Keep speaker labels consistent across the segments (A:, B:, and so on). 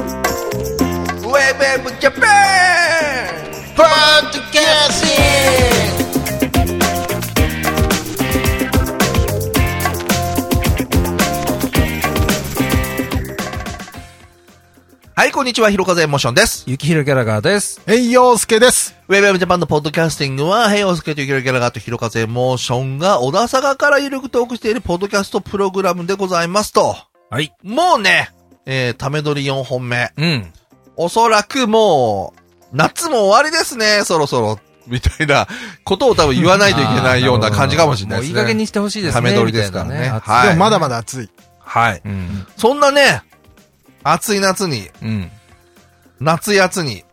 A: ウェブウェブジャパンポッドキャスティングはい、こんにちは、ひろかぜモーションです。
B: ゆきひろギャラガーです。
C: 栄養助です。
A: ウェブウェブジャパンのポッドキャスティングは、ヘイオスケとゆきらギャラガーとひろかぜモーションが小田坂からゆるくトークしているポッドキャストプログラムでございますと。
B: はい。
A: もうね、えー、ため撮り4本目。
B: うん。
A: おそらくもう、夏も終わりですね、そろそろ。みたいなことを多分言わないといけないような感じかもしれないですね。
B: もういい加減にしてほしいですね。
A: ため撮りですからね。
B: は
A: はい。
C: でもまだまだ暑い。
A: はい。
B: い。うん。
A: そんなね、暑い夏に、
B: うん。
A: 夏やつに、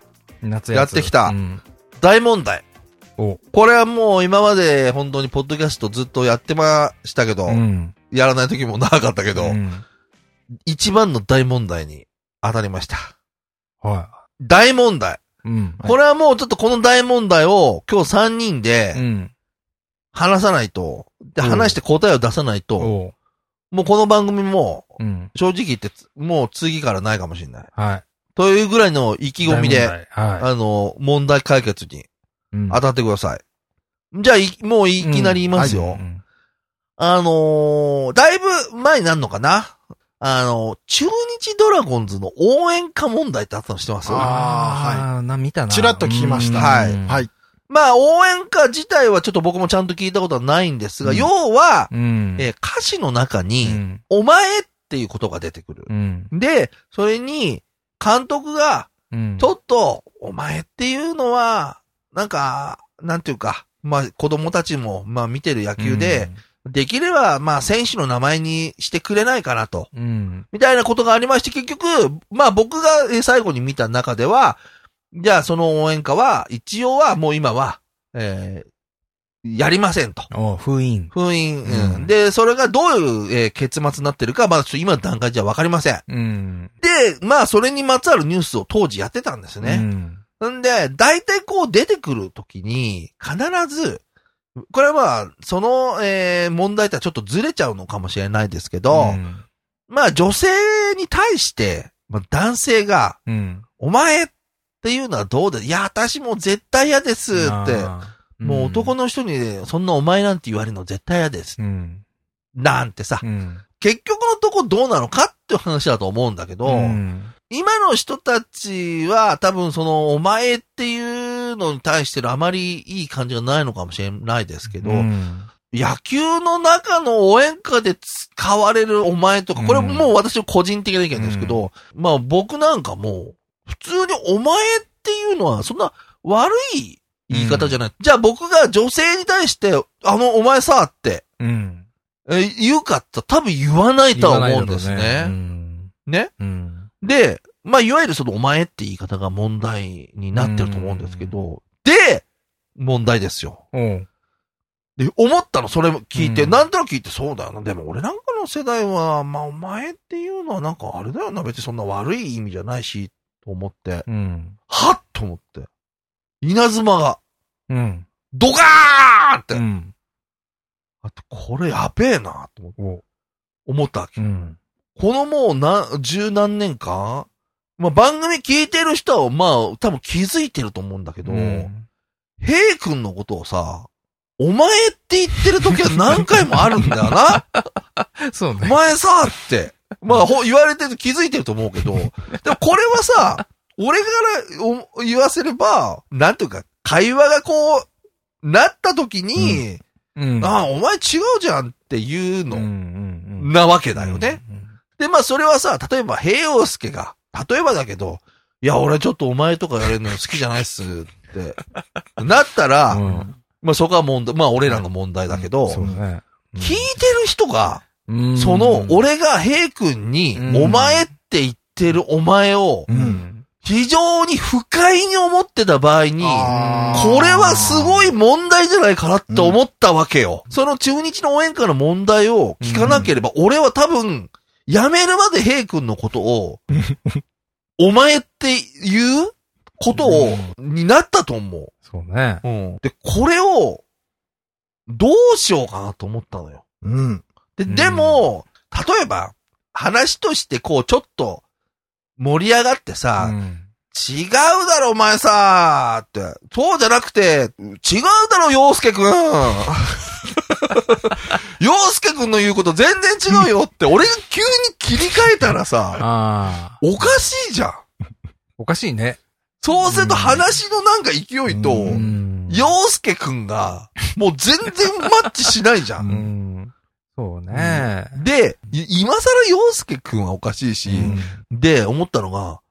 B: 夏
A: やってきた
B: うん。
A: 大問題。
B: お。
A: これはもう今まで本当にポッドキャストずっとやってましたけど、
B: ん。
A: やらない時も長かったけど、
B: うん
A: 一番の大問題に当たりました。
B: は
A: 大問題。
B: い。うん。
A: これはもうちょっとこの大問題を今日3人で、
B: うん。
A: 話さないと、で、
B: うん
A: 話して答えを出さないと、
B: おう。
A: もうこの番組も、
B: うん。
A: 正直言ってつ、もう次からないかもしれない。
B: はい。
A: というぐらいの意気込み
B: 大
A: で、
B: 問題。は
A: あの、問題解決に
B: い。うん
A: 当たってください。じゃあ、いもういきなり言いますよ。
B: うん
A: あのー、だいぶ前になるのかなあの、中日ドラゴンズの応援歌問題ってあったの知ってます
C: あー
B: あー、な、見たな。
C: ちらっと聞きました。
B: うん
A: はい
C: は。い。
A: まあ、応援歌自体はちょっと僕もちゃんと聞いたことはないんですが、
B: うん
A: 要は、
B: うん。
A: えー歌詞の中に、
B: うん
A: お前っていうことが出てくる。
B: うん。
A: で、それに、監督が、
B: うん
A: ちょっと、お前っていうのは、なんか、なんていうか、まあ、子供たちも、まあ、見てる野球で、、できれば、まあ、選手の名前にしてくれないかなと。
B: うんうん。
A: みたいなことがありまして、結局、まあ、僕がえー最後に見た中では、じゃあ、その応援歌は、一応は、もう今は、えーやりませんと。
B: おう封印。
A: 封印、うん
B: うん
A: で、それがどういう、えー結末になってるか、まだちょっと今の段階じゃわかりません。
B: うん。
A: で、まあ、それにまつわるニュースを当時やってたんですね。
B: ね。
A: ん、で、大体こう出てくるときに、必ず、これはまあ、その、えー問題とはちょっとずれちゃうのかもしれないですけど、
B: うん
A: まあ、女性に対して、まあ、男性が、
B: うん。
A: お前っていうのはどうだいや、私もう絶対嫌ですって、
B: あー
A: もう男の人に、そんなお前なんて言われるの絶対嫌です。
B: うん。
A: なんてさ、
B: うん。
A: 結局のとこどうなのかっていう話だと思うんだけど、
B: うん
A: 今の人たちは多分そのお前っていうのに対してるあまりいい感じがないのかもしれないですけど、
B: うん
A: 野球の中の応援歌で使われるお前とか、これ
B: うん
A: もう私の個人的な意見ですけど、まあ僕なんかもう、普通にお前っていうのはそんな悪い言い方じゃない。じゃあ僕が女性に対して、あのお前さって、
B: うん。
A: えー言うかって多分言わないとは思うんですね。ね。
B: うん。
A: で、まあ、いわゆるそのお前って言い方が問題になってると思うんですけど、で、問題ですよ。
B: おう。
A: で、思ったの、それも聞いて、
B: うん
A: なんとなく聞いて、そうだよな。でも俺なんかの世代は、まあ、お前っていうのはなんかあれだよな。別にそんな悪い意味じゃないし、と思って、
B: うん。
A: はっと思って、稲妻が、
B: うん。
A: ドカーンって、
B: うん。
A: あと、これやべえな、と思って
B: おう。
A: 思ったわけ。
B: うん。
A: このもうな、十何年間、まあ、番組聞いてる人は、まあ、多分気づいてると思うんだけど、
B: うん
A: ヘイ君のことをさ、お前って言ってる時は何回もあるんだよな。
B: そう
A: お
B: ね。
A: 前さって。まあ、ほ言われてる気づいてると思うけど、でもこれはさ、俺からお言わせれば、なんていうか、会話がこう、なった時に、
B: うん
A: ああ、お前違うじゃんっていう
B: うん。
A: の、
B: うん。
A: なわけだよね。。で、まあ、それはさ、例えば、平洋介が、例えばだけど、いや、俺ちょっとお前とかやれるの好きじゃないっすって、なったら、
B: うん。
A: まあ、そこは問題、まあ、俺らの問題だけど、
B: そうね。
A: 聞いてる人が、
B: うん
A: その、、俺が平君に
B: う、ん
A: お前って言ってるお前を
B: う、ん。
A: 非常に不快に思ってた場合に、
C: あー
A: これはすごい問題じゃないかなって思ったわけよ。その中日の応援歌の問題を聞かなければ、俺は多分、辞めるまで平君のことを、お前っていうことを、になったと思
B: そうね。
A: う。うん。で、これを、どうしようかなと思ったのよ。
C: うん。
A: で、
B: うん
A: でも、例えば、話としてこう、ちょっと、盛り上がってさ、
B: うん
A: 違うだろ、お前さって。そうじゃなくて、違うだろ、洋 介くん。洋介くんの言うこと全然違うよって、俺が急に切り替えたらさ、
B: ああ。
A: おかしいじゃん。
B: おかしいね。
A: そうすると話のなんか勢いと、
B: うん
A: 洋介くんが、もう全然マッチしないじゃ。
B: うんん。そうね。
A: で、い今更洋介くんはおかしいし、
B: うん
A: で、思ったのが、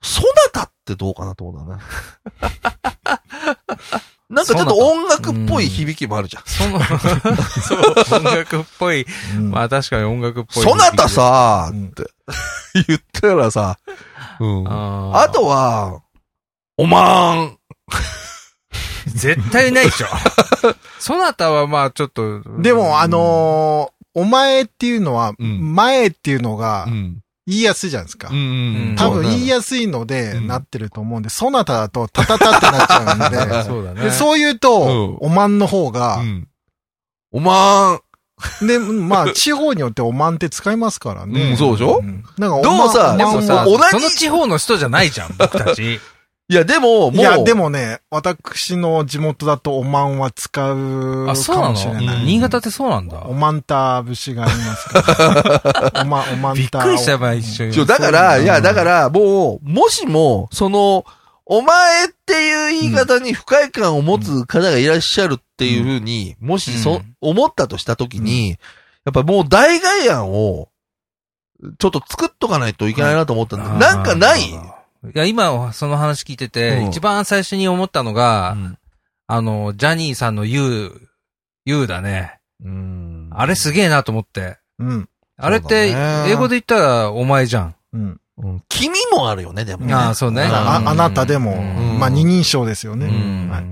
A: ソナタってどうかなと思ったね。なんかちょっと音楽っぽい響きもあるじゃん。
B: そ の、そう、音楽っぽい。
C: うん
B: まあ確かに音楽っぽい。
A: ソナタさ
C: う
A: ー
C: ん
A: って言ったらさ、うんあ
B: あー。
A: とは、おまーん。
B: 絶対ないで しょ。そなたはまあちょっと。
C: でも、あのーお前っていうのは、
A: うん
C: 前っていうのが
A: ん。
C: 言いやすいじゃないですか。
B: うん
C: 多分言い
A: や、
C: やすいので
A: うん
C: なってると思うんで、そなただとタタタってなっち ゃうんで、
B: そうだね。
C: でそう言うと、
A: う
C: おまんの方が
A: う、んおまーん。
C: で、まあ、地方によっておまんって使いますからね。
A: うんそうでしょ
C: んなんかお
A: で
C: まん、
A: もさ
C: お
B: で
C: まんは
A: 同
B: もさ、
A: じ
B: その地方の人じゃないじゃん、僕たち。
A: いや、でも、もう、
C: いや、でもね、私の地元だとおまんは使う
B: あ、そう
C: か
B: な
C: もしれ
B: の
C: ない。
A: うん
B: 新潟ってそうなんだ
C: お。まんた節があります から。おま、おまんた。
B: びっくりした場合一緒
A: ちょ、
B: に。
A: だから、
C: そういうの
A: いや、だから、もう、もしも、その、お前っていう言い方に不快感を持つ方がいらっしゃるっていうふうに、もし
B: う
A: そ
B: ん、
A: 思ったとしたときに、やっぱもう代替案を、ちょっと作っとかないといけないなと思ったん
B: あ
A: で、
B: ー
A: なんかない
B: いや、今、その話聞いて
A: う
B: て
A: ん、
B: 一番最初に思ったのが、
A: う
B: あの、ジャニーさんの You、You だね。
A: ん。
B: あれすげえなと思って。
C: うん。
B: あれって
A: そうだ、ね
B: 英語で言ったらお前じゃん。
C: うん。
A: うん君もあるよね、でもね。
B: ああ、そうね。
A: あ
C: あ、あなたでも、
B: うん
C: まあ、二人称ですよね。
B: うん
C: はい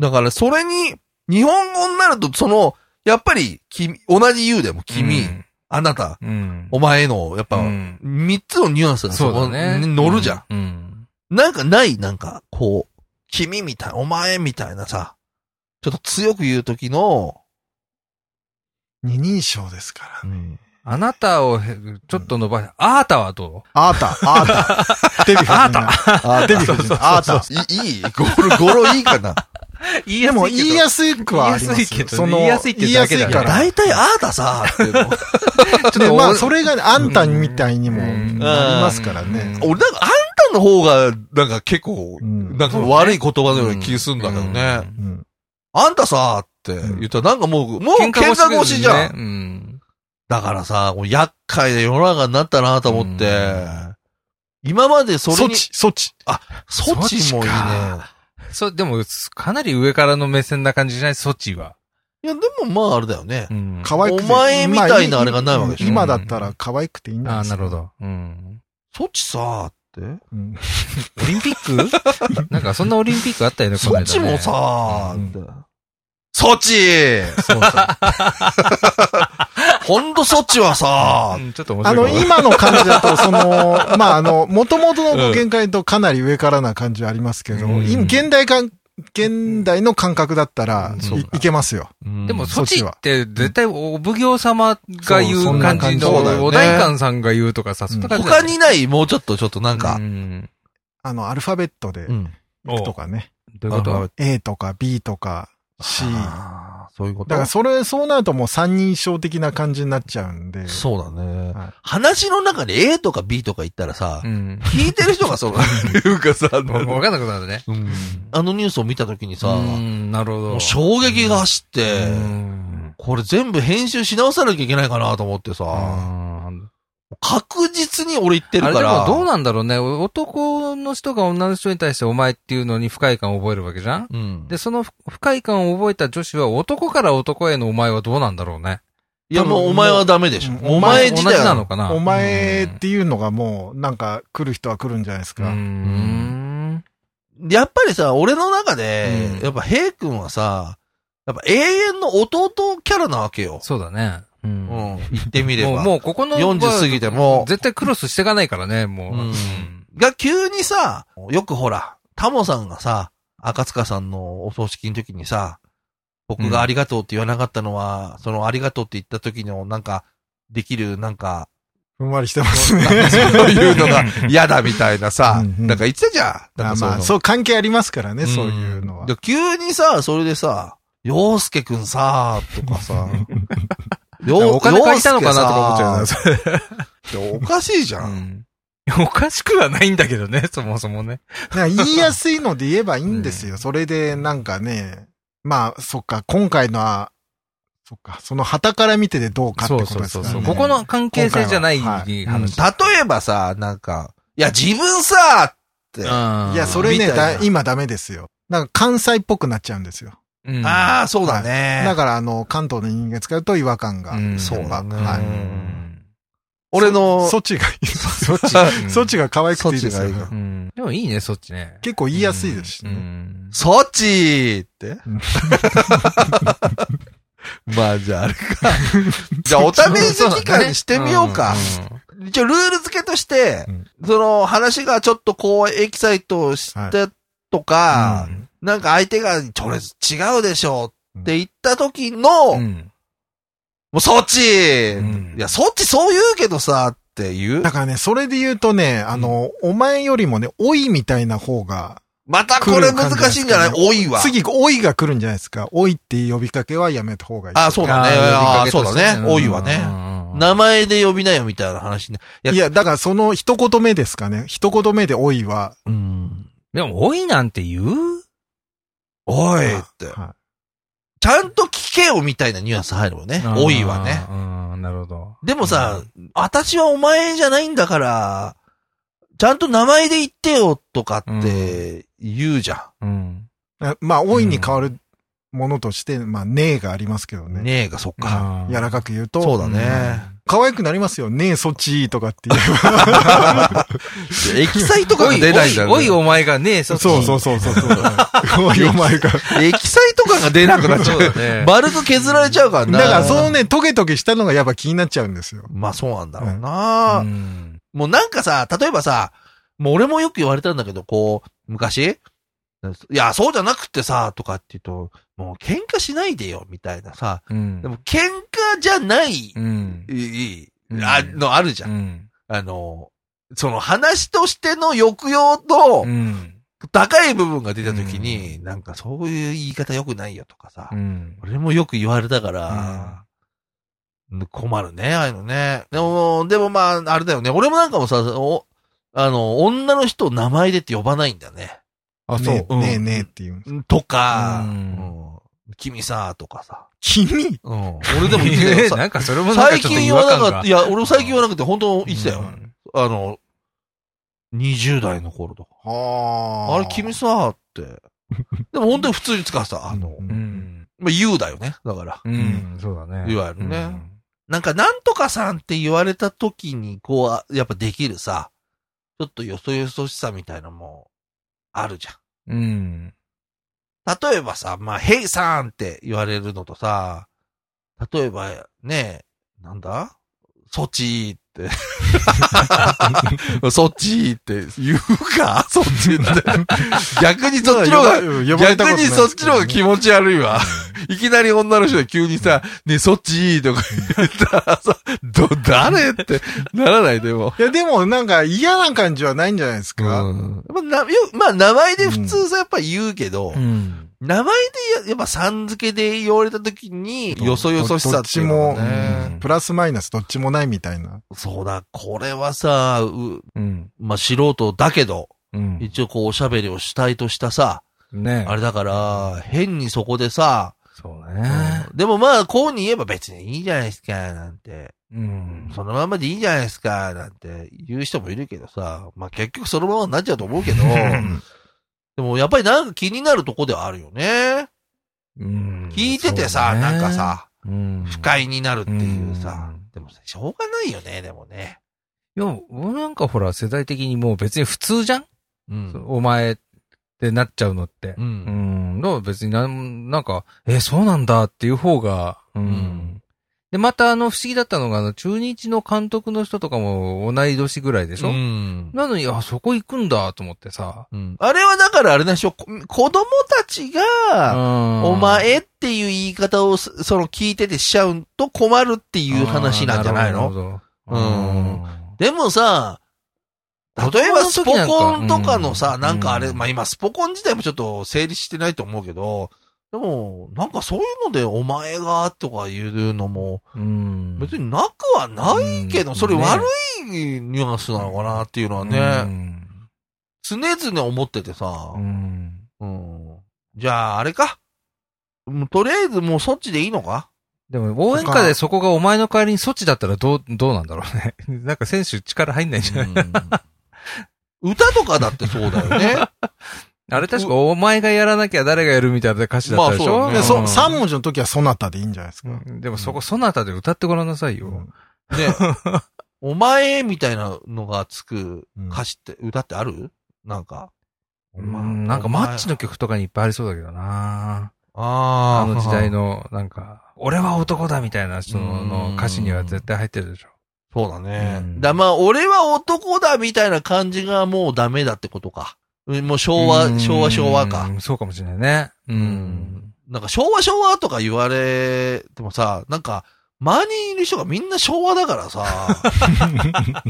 A: だから、それに、日本語になると、その、やっぱり、君、同じ言うでも、君、あなた、
B: うん。
A: お前の、やっぱ、
B: うん
A: 三つのニュアンスが
B: そうだね
A: そこ。に乗るじゃん。
B: うん。うん。
A: なんかない、なんか、こう、君みたい、お前みたいなさ、ちょっと強く言うときの、
C: 二人称ですから。
B: あなたをへ、ちょっと伸ばし、あーたはど
C: あーた、あー た。デヴィ夫人ね。
A: あ
C: デヴィ夫人。あーた。
A: いい、いいゴロ、ゴロいいかな。
B: う言い
C: でも、言い
B: やす
C: やすくはあります
B: 言いやすいけどね
C: その
B: 言いやすいってだけ
C: 言
B: だ
C: いやすい
B: か
C: からら。
A: だいたいあーたさ、っていうの。
B: いけ
C: で、
B: ど
C: まあ、
B: ちょ
C: そ
B: っ
C: れが、あんたみたいにも、
B: う
C: なんりますからね。
B: うん
A: 俺、なんか、あんたの方が、なんか結構、
C: うん
A: なんか悪い言葉のような気するんだけどね。
B: うん
C: うん
A: あんたさ、って言ったら、なんかもう、もう喧嘩
B: も
A: 腰じゃん。
B: ん。
A: だからさ、こう厄介で世の中になったなと思って、
B: うん
A: 今までそ
C: そ
A: れ
C: っ
A: に、
C: ち、そっち。
A: ソチもいいね
B: ソチ。かそう、でも、かなり上からの目線な感じじゃないソチは。
A: いや、でもまああれだよね。
B: うん。
C: 可愛くて。
A: お前みたいなあれがないわけで
B: しょ
C: 今だったら可愛くていいんだ
B: あーなるほど。うん。
A: ソチさーって。
C: うん
B: オリンピック なんか、そんなオリンピックあったよね、こ
A: ソ
B: の間ね
A: チもさ
C: う
A: ー
C: ん
A: って。ソチ
B: そうそう
A: ほんとソチはさ
B: う
A: ー
B: んちょっと面
C: あ
B: 白
C: の、
B: いかも。
C: 今の感じだと、その、まあ、あの、元々の限界とかなり上からな感じありますけど、
B: うん
C: 今現代感、現代の感覚だったら
B: うん、そう
C: い
B: か
C: いけますよ。
B: でも、
C: そ
B: ソ
C: っ
B: チ
C: ち
B: っ
C: は
B: て絶対お奉行様が言
C: そううそん
B: 感じ
C: な感じそうだ
A: よ
B: の、
A: ね
B: お代官さんが言うとかさ、そんな感じだ
A: 他
B: よね
A: にない、もうちょっとちょっとなん
B: う
A: か。
B: ん
C: あの、アルファベットで
A: う
C: い
A: ん。
C: くとかね。
B: どういうこと
C: A とか B とか C。だ
A: あーそういうこと
C: から、それ、そうなるともう三人称的な感じになっちゃうんで。
A: そうだね
C: はい。
A: 話の中で A とか B とか言ったらさ
B: う、ん。
A: 聞いてる人がそう、いうかさ、あの
B: わかんなくなるね。
A: うんあのニュースを見たときにさ、
B: うん、なるほ
A: も
B: ど。
A: う衝撃が走って、
B: うん
A: これ全部編集し直さなきゃいけないかなと思ってさ、
B: うん
A: 確実に俺言ってる
B: あれ
A: か
B: で
A: ら。
B: もどうなんだろうね。お男の人が女の人に対してお前っていうのに不快感を覚えるわけじゃん
A: うん。
B: で、その不不快感を覚えた女子は男から男へのお前はどうなんだろうね。
A: いやもうお前はダメでしょ。
C: うん
A: お前自
B: 同じ
A: 体
B: な
A: は。
B: のかな
C: お前っていうのがもう、なんか来る人は来るんじゃないです
B: うん。う
C: か。
B: ん
A: やっぱりさ、俺の中で、
B: うん
A: やっぱ平君はさ、やっぱ永遠の弟キャラなわけよ。
B: そうだね。うん
A: う
B: も
A: ん。言ってみれば。
B: う、もうここの、
A: 40過ぎても、
B: 絶対クロスしていかないからね、もう。
A: うんが急にさ、よくほら、タモさんがさ、赤塚さんのお葬式の時にさ、僕がありがとうって言わなかったのは、そのありがとうって言った時のなんか、できる、なん か、
C: ふんわりしてますね。
A: そういうのが嫌だみたいなさ、
C: うんうん
A: なんか言ってたじゃん。な
C: まあ
A: んかそういう
C: まあ、
A: の
C: そう関係ありますからね、そういうのは
A: で。急にさ、それでさ、洋介くんさ、と か さ、よう
B: お金借りたのかなとか思っちゃうよ
A: 洋介さいやお
B: ねそれ
A: かしいじゃん。
B: うん。お かしくはないんだけどね、そもそもね。
C: なんか言いやすいので言えばいいんですよ。それで、なんかね、まあ、そっか、今回のは、そっか、その旗から見てでどうかってことですからね。
B: ここの関係性じゃない
C: 今回
A: うん
B: 話。
A: 例えばさ、なんか、いや、自分さ、って、あ
B: い
C: いや、それね、
A: みたいな
C: だ今ダメですよ。なんか関西っぽくなっちゃうんですよ。
A: あ
B: あ
A: ー、そうだね。
C: だから、あの、関東の人間使うと違和感が。
B: うん
A: そうだね
C: は
B: あ
C: い
A: 俺の、
C: そっちがいい。そっち、
B: う ん
C: そっちが可愛くていいです
A: そっ
C: よ
A: ちがいい。
B: うんでもいいね、そっちね。
C: 結構言いやすいですし
B: う
C: ね。
B: ん
A: そっちって
C: うん。
A: まあ、じゃああれか。じゃ あ、お試し期間にしてみようか。一応、ルール付けとして
C: うん、
A: その、話がちょっとこう、エキサイトしてと
B: あ
A: か、なんか相手が、ちょれ、違うでしょって言った時
B: あ。
A: の、
B: う
A: も
B: ん
A: う、そっち
B: ん
A: いや、そっちそう言うけどさ、っていう
C: だ。からね、それで言うとね、あの、お前よりもね、おいみたいな方が、
A: またこれ難しいんじゃない
C: 来る感じ
A: 多いわ。
C: 次、おいが来るんじゃないですか。おいっていう呼びかけはやめた方がいい。
A: あ、そうだね。
B: あ
A: あ
B: ー
A: そうだね。多いわね。名前で呼びなよみたいな話ね。いや
C: いや、だからその一言目ですかね。一言目でおいは、
A: うん。
B: でも、多いなんて言う
A: おいって。
C: は
A: ちゃんと聞けよみたいなニュアンス入るよね。多いわね。
B: うん。うん、なるほど。
A: でもさ、私はお前じゃないんだから、ちゃんと名前で言ってよとかって言うじゃ
B: うん。
C: いまあ、おいに変わるものとして、まあ、ねえがありますけど
A: ん。
C: ね。
A: ねえが、そっか。
B: あー
C: 柔らかく言うと、
A: そうだね。
C: 可愛くなりますよ。ねえ、そっちとかっ て言えば。
A: エキサイト感が出ないじゃん。
B: おい、おいおいお前がね、そっち
C: そうそうそ うそうそう。おい、お前が。
A: エキサイト感が出なくなっちゃ
B: そう
A: う。
B: だ ね。
A: 丸く削られちゃうから
C: だか
A: な。
C: ら、そのね、トゲトゲしたのがやっぱ気になっちゃうんですよ。
A: まあそうなんだろうな。
B: うん
A: もうなんかさ、例えばさ、もう俺もよく言われたんだけど、こう、昔、いや、そうじゃなくってさ、とかって言うと、もう喧嘩しないでよ、みたいなさ、
B: うん
A: でも喧嘩じゃない、
B: うん。
A: いい、
B: うん
A: あの、あるじゃ。
B: うんん。
A: あの、その話としての抑揚と
B: う、ん。
A: 高い部分が出た時に、なんかそういう言い方良くないよとかさ、
B: うん
A: 俺もよく言われたから、困るね、ああいうのね。でも、でもまあ、あれだよね。俺もなんかもさ、おあの、女の人を名前でって呼ばないんだよね。
B: あ、
C: ねえ、
A: うん
C: ねえ、ねえっていう。
A: とか、
B: う
A: うんん君さ、とかさ。
C: 君
A: うん、俺でも言ってた
B: え
A: よ
B: ー
A: さ。
B: なんかそれもなんか
A: 最
B: ちょっと
A: 近
B: 違
A: 言わな
B: 和感
A: かっ
B: が
A: た。いや、俺最近言わなくて、本当言ってたよ。
B: うん
A: あの、20代の頃とか。
C: あ
A: あれ、君さ、って。でも本当に普通に使ってた。あの、
C: うん
B: うん。
A: まあ、言うだよね。だから。
B: うん。そうだね。
A: いわゆるねなんか、なんとかさんって言われた時に、こうあ、やっぱできるさ、ちょっとよそよそしさみたいなのも、あるじゃ
B: うん。うん。
A: ん。例えばさ、まあ、ヘイさんって言われるのとさ、例えば、ねなんだそっち って。そっちって言うかそっちって。逆にそっちの方が、
C: 呼ばれたこと
A: 逆
C: ない
A: にそっちの方が気持ち悪いわ。いきなり女の人が急にさ、ねえ、そっちとか言ったらさ、ど、誰ってならないでも。
C: いや、でもなんか嫌な感じはないんじゃないです
A: うん
C: か。
A: まあ、なよまあ、名前で普通さ、やっぱ言うけど、
B: うん。
A: 名前でや、やっぱさん付けで言われた時に、よそよそしさっていうのが
C: どっち
A: ね。
B: も
C: プラスマイナスどっちもないみたいな。
A: そうだ、これはさ、う
B: うん。
A: まあ、素人だけど、
B: うん。
A: 一応こう、おしゃべりをしたいとしたさ、
B: ね
A: あれだから、変にそこでさ、
B: そうね。
A: でもまあ、こうに言えば別にいいじゃないですか、なんて。
B: うん。
A: そのままでいいじゃないですか、なんて言う人もいるけどさ、まあ結局そのままになっちゃうと思う けど、でもやっぱりなんか気になるとこではあるよね。
B: うん
A: 聞いててさ、なんか、さ、
B: そうね
A: 不。快になるっていうさ、
B: うん
A: でもさしょうがないよね、でもね。
B: いや、俺なんかほら、世代的にもう別に普通じゃん
A: うん。
B: お前ってなっちゃうのって
A: う。。
B: うんん。だから別になん、なんか、え、そうなんだっていう方が、う
A: うんん。
B: で、またあの、不思議だったのが、あの、中日の監督の人とかも同い年ぐらいでしょ、
A: うん。
B: なのに、あ、そこ行くんだと思ってさ。
A: うんあれはだからあれなんでしょ、こ子供たちが、お
B: お
A: 前っていう言い方をす、その聞いててしちゃうと困るっていう話なんじゃないの
B: の
A: うんでもさ、例えばスポコンとかのさ、
B: うん
A: なんかあれ、
B: うん
A: まあ今スポコン自体もちょっと整理してないと思うけど、でも、なんかそういうのでお前がとか言うのも、
B: うん。
A: 別になくはないけど、
B: うん
A: それ悪いニュアンスなのかなっていうのはね、
B: うん
A: 常々思っててさ
B: う、ん。
A: うん。じゃあ、あれか。もうとりあえずもうそっちでいいのか
B: でも、応援歌でそこがお前の代わりに措置だったらどう、どうなんだろうね。 なんか選手力入ん ないんじゃない、
A: うん歌とかだってそうだよね。
B: あれ確かお前がやらなきゃ誰がやるみたいな歌詞だったでしょ、
A: まあそうだね
C: で、そ、3
B: 問
C: 文字の時はそなたでいいんじゃないですか。
B: でもそこ、そなたで歌ってごらんなさいよ。
A: ね。お前みたいなのがつく
C: うん
A: 歌詞って、歌ってあるなんか。お
B: う
A: 前
B: んなんかマッチの
A: お前
B: 曲とかにいっぱいありそうだけどな
A: あ
B: あ
A: ー
B: の時代。の、なんか、俺は男だみたいな人
A: う
B: の
A: ん
B: の歌詞には絶対入ってるでしょ。
A: そうだね
B: う。ん
A: だ、まあ、俺は男だみたいな感じがもうダメだってことか。うんもう昭和、昭和、昭和か
B: う。ん。そうかもしれないね。う。。
A: うんなんか昭和昭和とか言われてもさ、なんか、周りにいる人がみんな昭和だから さ、な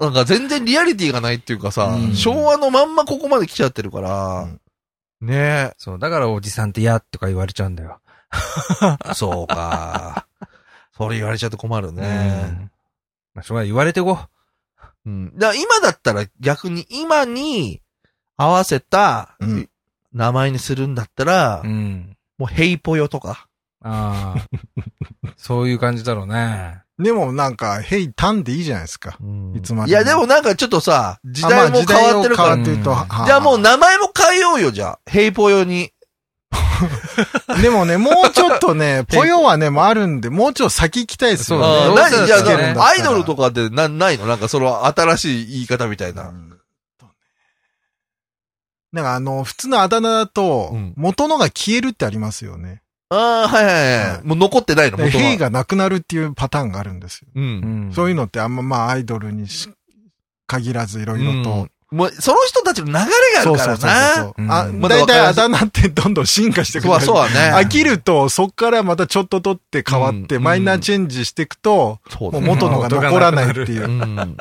A: なんか全然リアリティがないっていうかさ、
B: うん
A: 昭和のまんまここまで来ちゃってるから、ね
B: そう、だからおじさんって嫌とか言われちゃうんだよ。
A: え、 そうか。それ言われちゃって困る
B: う
A: ね。
B: んまあ、しょうがない。言われてこ。
A: うん。だから今だったら逆に今に合わせた
C: うん
A: 名前にするんだったら、
B: うん。
A: もうヘイポヨとか。
B: ああ。 そういう感じだろうね。
C: でもなんか、ヘイタンでいいじゃないですか。いつまでも
A: いやでもなんかちょっとさ、時代も
C: あまあ時
A: 変わってるから
C: を変わってると
B: うん
C: はは
A: じゃあもう名前も変えようよ、じゃあ。ヘイポヨに。
C: でもね、もうちょっと ね、ぽよはね、もうあるんで、もうちょっと先行きたいですよね。
B: あ
A: あ
B: ー
A: あ
B: どう
A: 何
B: せだ
A: じ
B: った
A: ゃ
B: ら
A: あ、
B: ね
A: でもアイドルとかってな、ないのなんかその新しい言い方みたいな。
C: なんかあの、普通のあだ名だと
A: うん、
C: 元のが消えるってありますよね。
A: ああ、はいはいは
C: は
A: い。
C: い
A: もう残ってないの、
C: で
A: 元
C: ヘイ
A: は。
C: がなくなるっていうパターンがあるんですよ。
A: う。
B: うんん
C: そういうのってあんままあアイドルにし限らずいろ
A: う
C: いろと
A: ん。もう、その人たちの流れがあ
C: そ
A: る
C: う
A: か
C: そう
A: ら
C: そう
A: な。
C: そう。あ、
B: うん
A: まだ
C: だい
A: わかり
C: たい
A: ま
C: あ
A: す
C: だ名ってどんどん進化していく
A: そうはそうは
C: 飽
A: ね。
C: きると、そっからまたちょっと取って変わって、
A: うん
C: マイナーチェンジしていくと、
A: そう
C: も
A: だ
C: う
A: ね
C: 元のが残らないっていうう。
A: ん。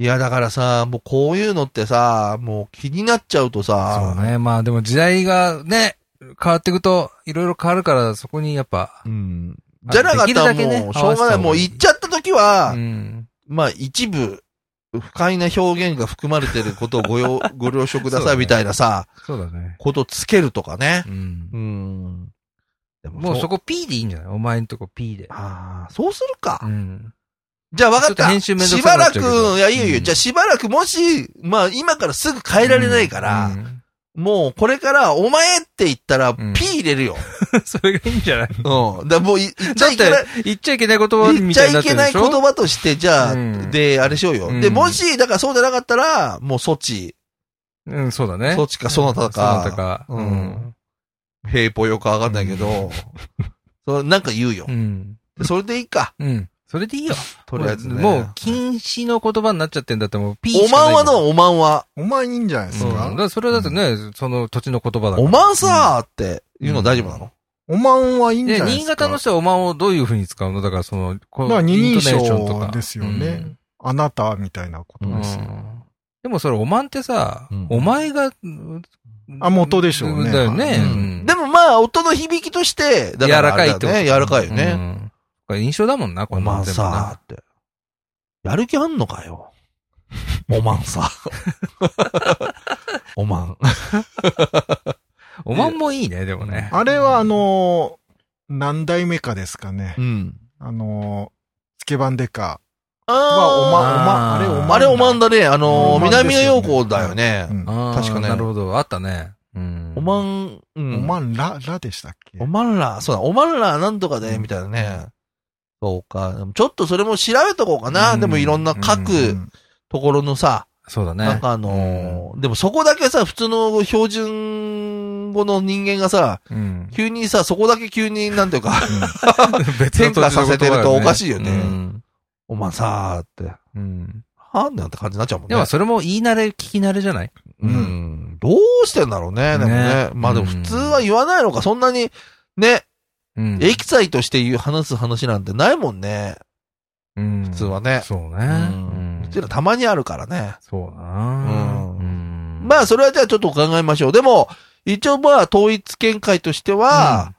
A: いや、だからさ、もうこういうのってさ、もう気になっちゃうと
B: そう
A: さ、
B: ね。まあでも時代がね、変わっていくと、いろいろ変わるから、そこにやっぱ。
A: うん。じゃなかったら
B: できるだけ
A: も
B: ね
A: う、しょうがない。もう行っちゃった時は
B: う、ん。
A: まあ一部、不快な表現が含まれてることをごよご了承くだ
B: そう
A: さ
B: だ
A: い
B: ね
A: みたいなさ、
B: そうだね。
A: ことつけるとかね
B: う。ん
A: う。ん。でも
B: もうそこ P でいいんじゃないお前んとこ P で。
A: ああ、そうする
B: う
A: か。
B: ん。
A: じゃあ分かっ
B: ちょっと
A: た。
B: 編
A: し
B: 集めんどく
A: ば
B: さくなっ
A: ら
B: ちゃ
A: く、
B: うけど
A: いや、いいよいいよ。
B: うん
A: じゃあしばらくもし、まあ今からすぐ変えられないから、
B: うん
A: もうこれからお前って言ったら
B: ん
A: P 入れるよ。
B: それがいいんじゃない
A: うん。だからもうい言っち
B: だ
A: ゃ
B: っ
A: いけない
B: て、言っちゃいけない言葉
A: 言っ
B: み
A: ちゃ
B: たいにないって
A: け
B: るで
A: ない
B: しょ
A: 言葉として、じゃあ、
B: うん
A: で、あれしようよ。
B: うん
A: で、もし、だからそうじゃなかったら、もう措置、
B: うん、そうだね。
A: そっちかそなたか
B: そなたか。
A: う
B: うんん。
A: 平ぽよくわかんないけど、それなんか言うよ
B: う。ん。
A: それでいいか。
B: うん。それでいいよ。
A: とりあえずね。
B: もう、禁止の言葉になっちゃってんだったらもう、ピー
A: おまんは
B: う
A: の、おまんは。
C: お前いいんじゃないです
B: ん。だ
C: か、
B: からそれはだってね、その土地の言葉だから。
A: おまんさーって言うの大丈夫なの
C: おまんはいいんじ
B: で、
C: ゃないで
B: 新
C: すか
B: 潟の人はおまんをどういう風に使うのだから、その、こ
C: まあ二人称
B: イントネーションとか
C: ですよねあなたみたいなこと
B: うん
C: ですよ。
B: でもそれ、おまんってさ
A: うん、
B: お前が、
C: あ元でしょうね
B: だよね。
C: うん
B: うん
A: でもまあ、音の響きとして、だ
B: 柔
A: かららあ
B: かい
A: れ
B: って
A: だ
B: こと
A: ね。柔らかいよ
B: う
A: ね。
B: んこれ印象だもんな、こ
A: お
B: の
A: まん
B: 全部な
A: さーって。やる気あんのかよ。おまんさ ー。おまん。
B: おまんもいいね、でもね。
C: あれはあのー何代目かですかね。
A: うん。
C: あのースケバンデカはおま
A: あ、
B: あー
C: ん、おまん、あれおまん
A: あれおまんだね。あのー、
C: おまんですよね
A: 南野陽子だよね。
C: うん
B: あー
A: 確かね
B: なるほど、あったね。うん
A: おまん、う
C: お
A: ん。
C: まんら、らでしたっけ
A: おまんら、そうだ、おまんらなんとかで、
C: うん
A: みたいなね。そうか。でもちょっとそれも調べとこうかな。
B: うん
A: でもいろんな
B: う
A: 各
C: ん
A: ところのさ、
B: そうだ
A: なん
B: ね。
A: かあのーでもそこだけさ、普通の標準語の人間がさ、
B: うん。
A: 急にさ、そこだけ急になんていうか、
B: 別
A: 変化させてるとおかしいよね
B: うん
A: お前さーって、
B: うん。
A: はーなんて感じになっちゃうもんね。
B: でもそれも言い慣れ、聞き慣れじゃない
A: うん。どうしてんだろうね、でも
B: ね
A: ね。まあでも普通は言わないのか、そんなに、ね、
B: うん
A: エキサイとして言う話す話なんてないもんね。
B: うん。普
A: 普通はね。
B: そう
A: う
B: ね。う
A: ん。うちらたまにあるからね。
B: そうだな
A: うん
B: うん
A: まあそれはじゃあちょっと考えましょう。でも、一応まあ統一見解としては、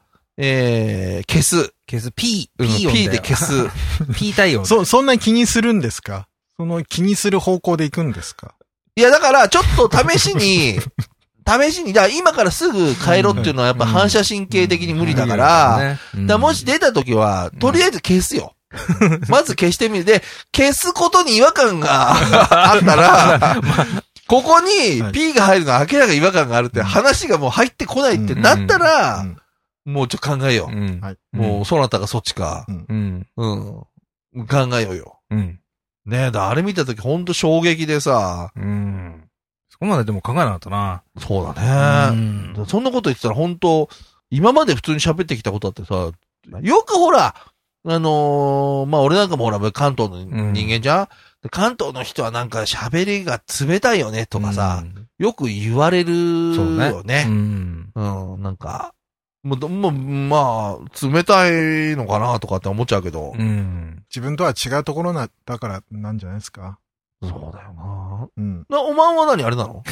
A: えー、消す。
B: 消す。P、
A: うん
B: P 音
A: P で消
B: す。
A: す。
B: P 対応。
C: そ、そんなに気にするんですかその気にする方向で行くんですか
A: いやだからちょっと試し に、試しに、じゃあ今からすぐ変えろっていうのはやっぱ反射神経的に無理だから、
B: ね、
A: だからもし出た時は
B: うん、
A: とりあえず消すよ。まず消してみる。で、消すことに違和感が あったら、ここに
C: はい
A: P が入るのは明らかに違和感があるって話がもう入ってこないってなった
C: う
A: ら、
C: ん
A: もうちょっと考えよ
B: う
A: う。
B: ん。
C: はい。
A: もう、そなたがそっちか。
B: うん。
A: うん。考えようよ。
B: うん。
A: ねえ、だあれ見た時ほんと衝撃でさ、
B: うん。そこまででも考えなかったな。
A: そうだね。
B: うん
A: そんなこと言ってたら本当今まで普通に喋ってきたことだってさ、よくほら、あのーまあ、俺なんかもほら、関東の
B: ん
A: 人間じゃん、で関東の人はなんか喋りが冷たいよねとかさ、よく言われる
B: そうね
A: よ
B: う
A: ね。
B: ん。
A: うん、なんか、もうど、もう、まあ、冷たいのかなとかって思っちゃうけど
B: う、ん。
C: 自分とは違うところな、だからなんじゃないですか
A: そうだよな。
C: うん。
A: なおまんは何あれな の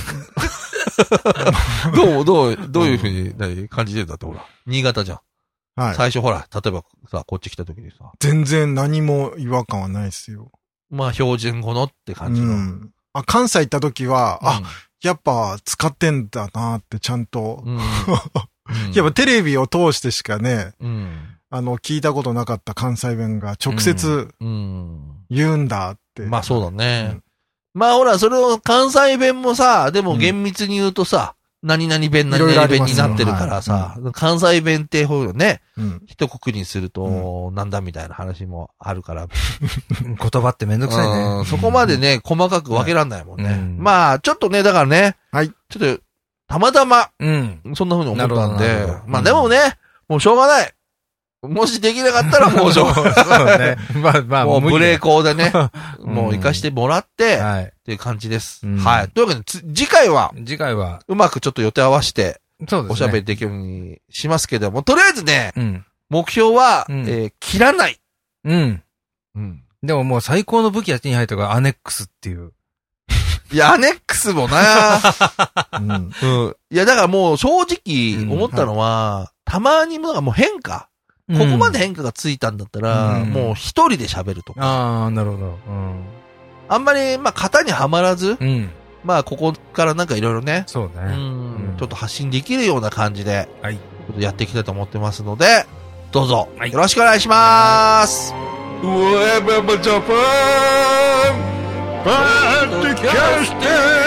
A: どう、どう、どういうふうに何感じてんだってほら、新潟じゃん。
C: はい。
A: 最初ほら、例えばさ、こっち来た時にさ、
C: 全然何も違和感はないですよ。
A: まあ標準語のって
C: う
A: 感じの。うん
C: ん。あ、関西行った時は、あ、、やっぱ使ってんだなってちゃんと。
A: うん。うん
C: やっぱ、テレビを通してしかね、
A: うん。
C: あの、聞いたことなかった関西弁が直接
A: うん。
C: 言うんだって。
A: まあそうだね
C: う。
A: まあほら、それを関西弁もさ、でも厳密に言うとさ、何々弁、何々弁になってるからさ、関西弁ってほうよね、
C: うん。
A: 一国にすると、なんだみたいな話もあるから、
B: 言葉ってめんどくさい
A: うん
B: ね。
A: そこまでね、細かく分けらんないもんね。
B: はいうん
A: まあ、ちょっとね、だからね、
C: はい
A: ちょっと、たまたま、
B: うん。
A: そんな風に思ったん
B: なる
A: で
B: ほどなるほ、ど
A: まあでもね、もうしょうがない。もしできなかったらもうしょうがない。
B: そうね。まあまあ、
A: もうブレー
B: ク。
A: コーで ね、
B: ん
A: もう行かしてもらって、っ
B: はい。
A: ていう感じです。
B: うん
A: はい。というわけで、つ次回は、
B: 次回は、
A: うまくちょっと予定合わせて、
B: そうですね。
A: おしゃべりできるようにしますけども、とりあえずね、
B: うん。
A: 目標は、
B: うん
A: えー切らない。
B: うん。
A: うん。
B: でももう最高の武器は手に入ったから、アネックスっていう。
A: いや、アネックスも な
C: うん。
A: うん。いや、だからもう正直思ったのは、たまにもなんかもう変化、
B: こ
A: ここまで変化がついたんだったら、
B: うん
A: もう一人で喋るとか。
B: ああ、なるほど。うん。
A: あんまり、まあ、型にはまらず、
B: うん。
A: まあ、ここからなんかいろいろね、
B: そうね。
A: うん
B: うん
A: ちょっと発信できるような感じで、
B: はい
A: ちょっとやっていきたいと思ってますので、どうぞ、
B: はい
A: よろしくお願いします。ウェブジャパンバッドキャステ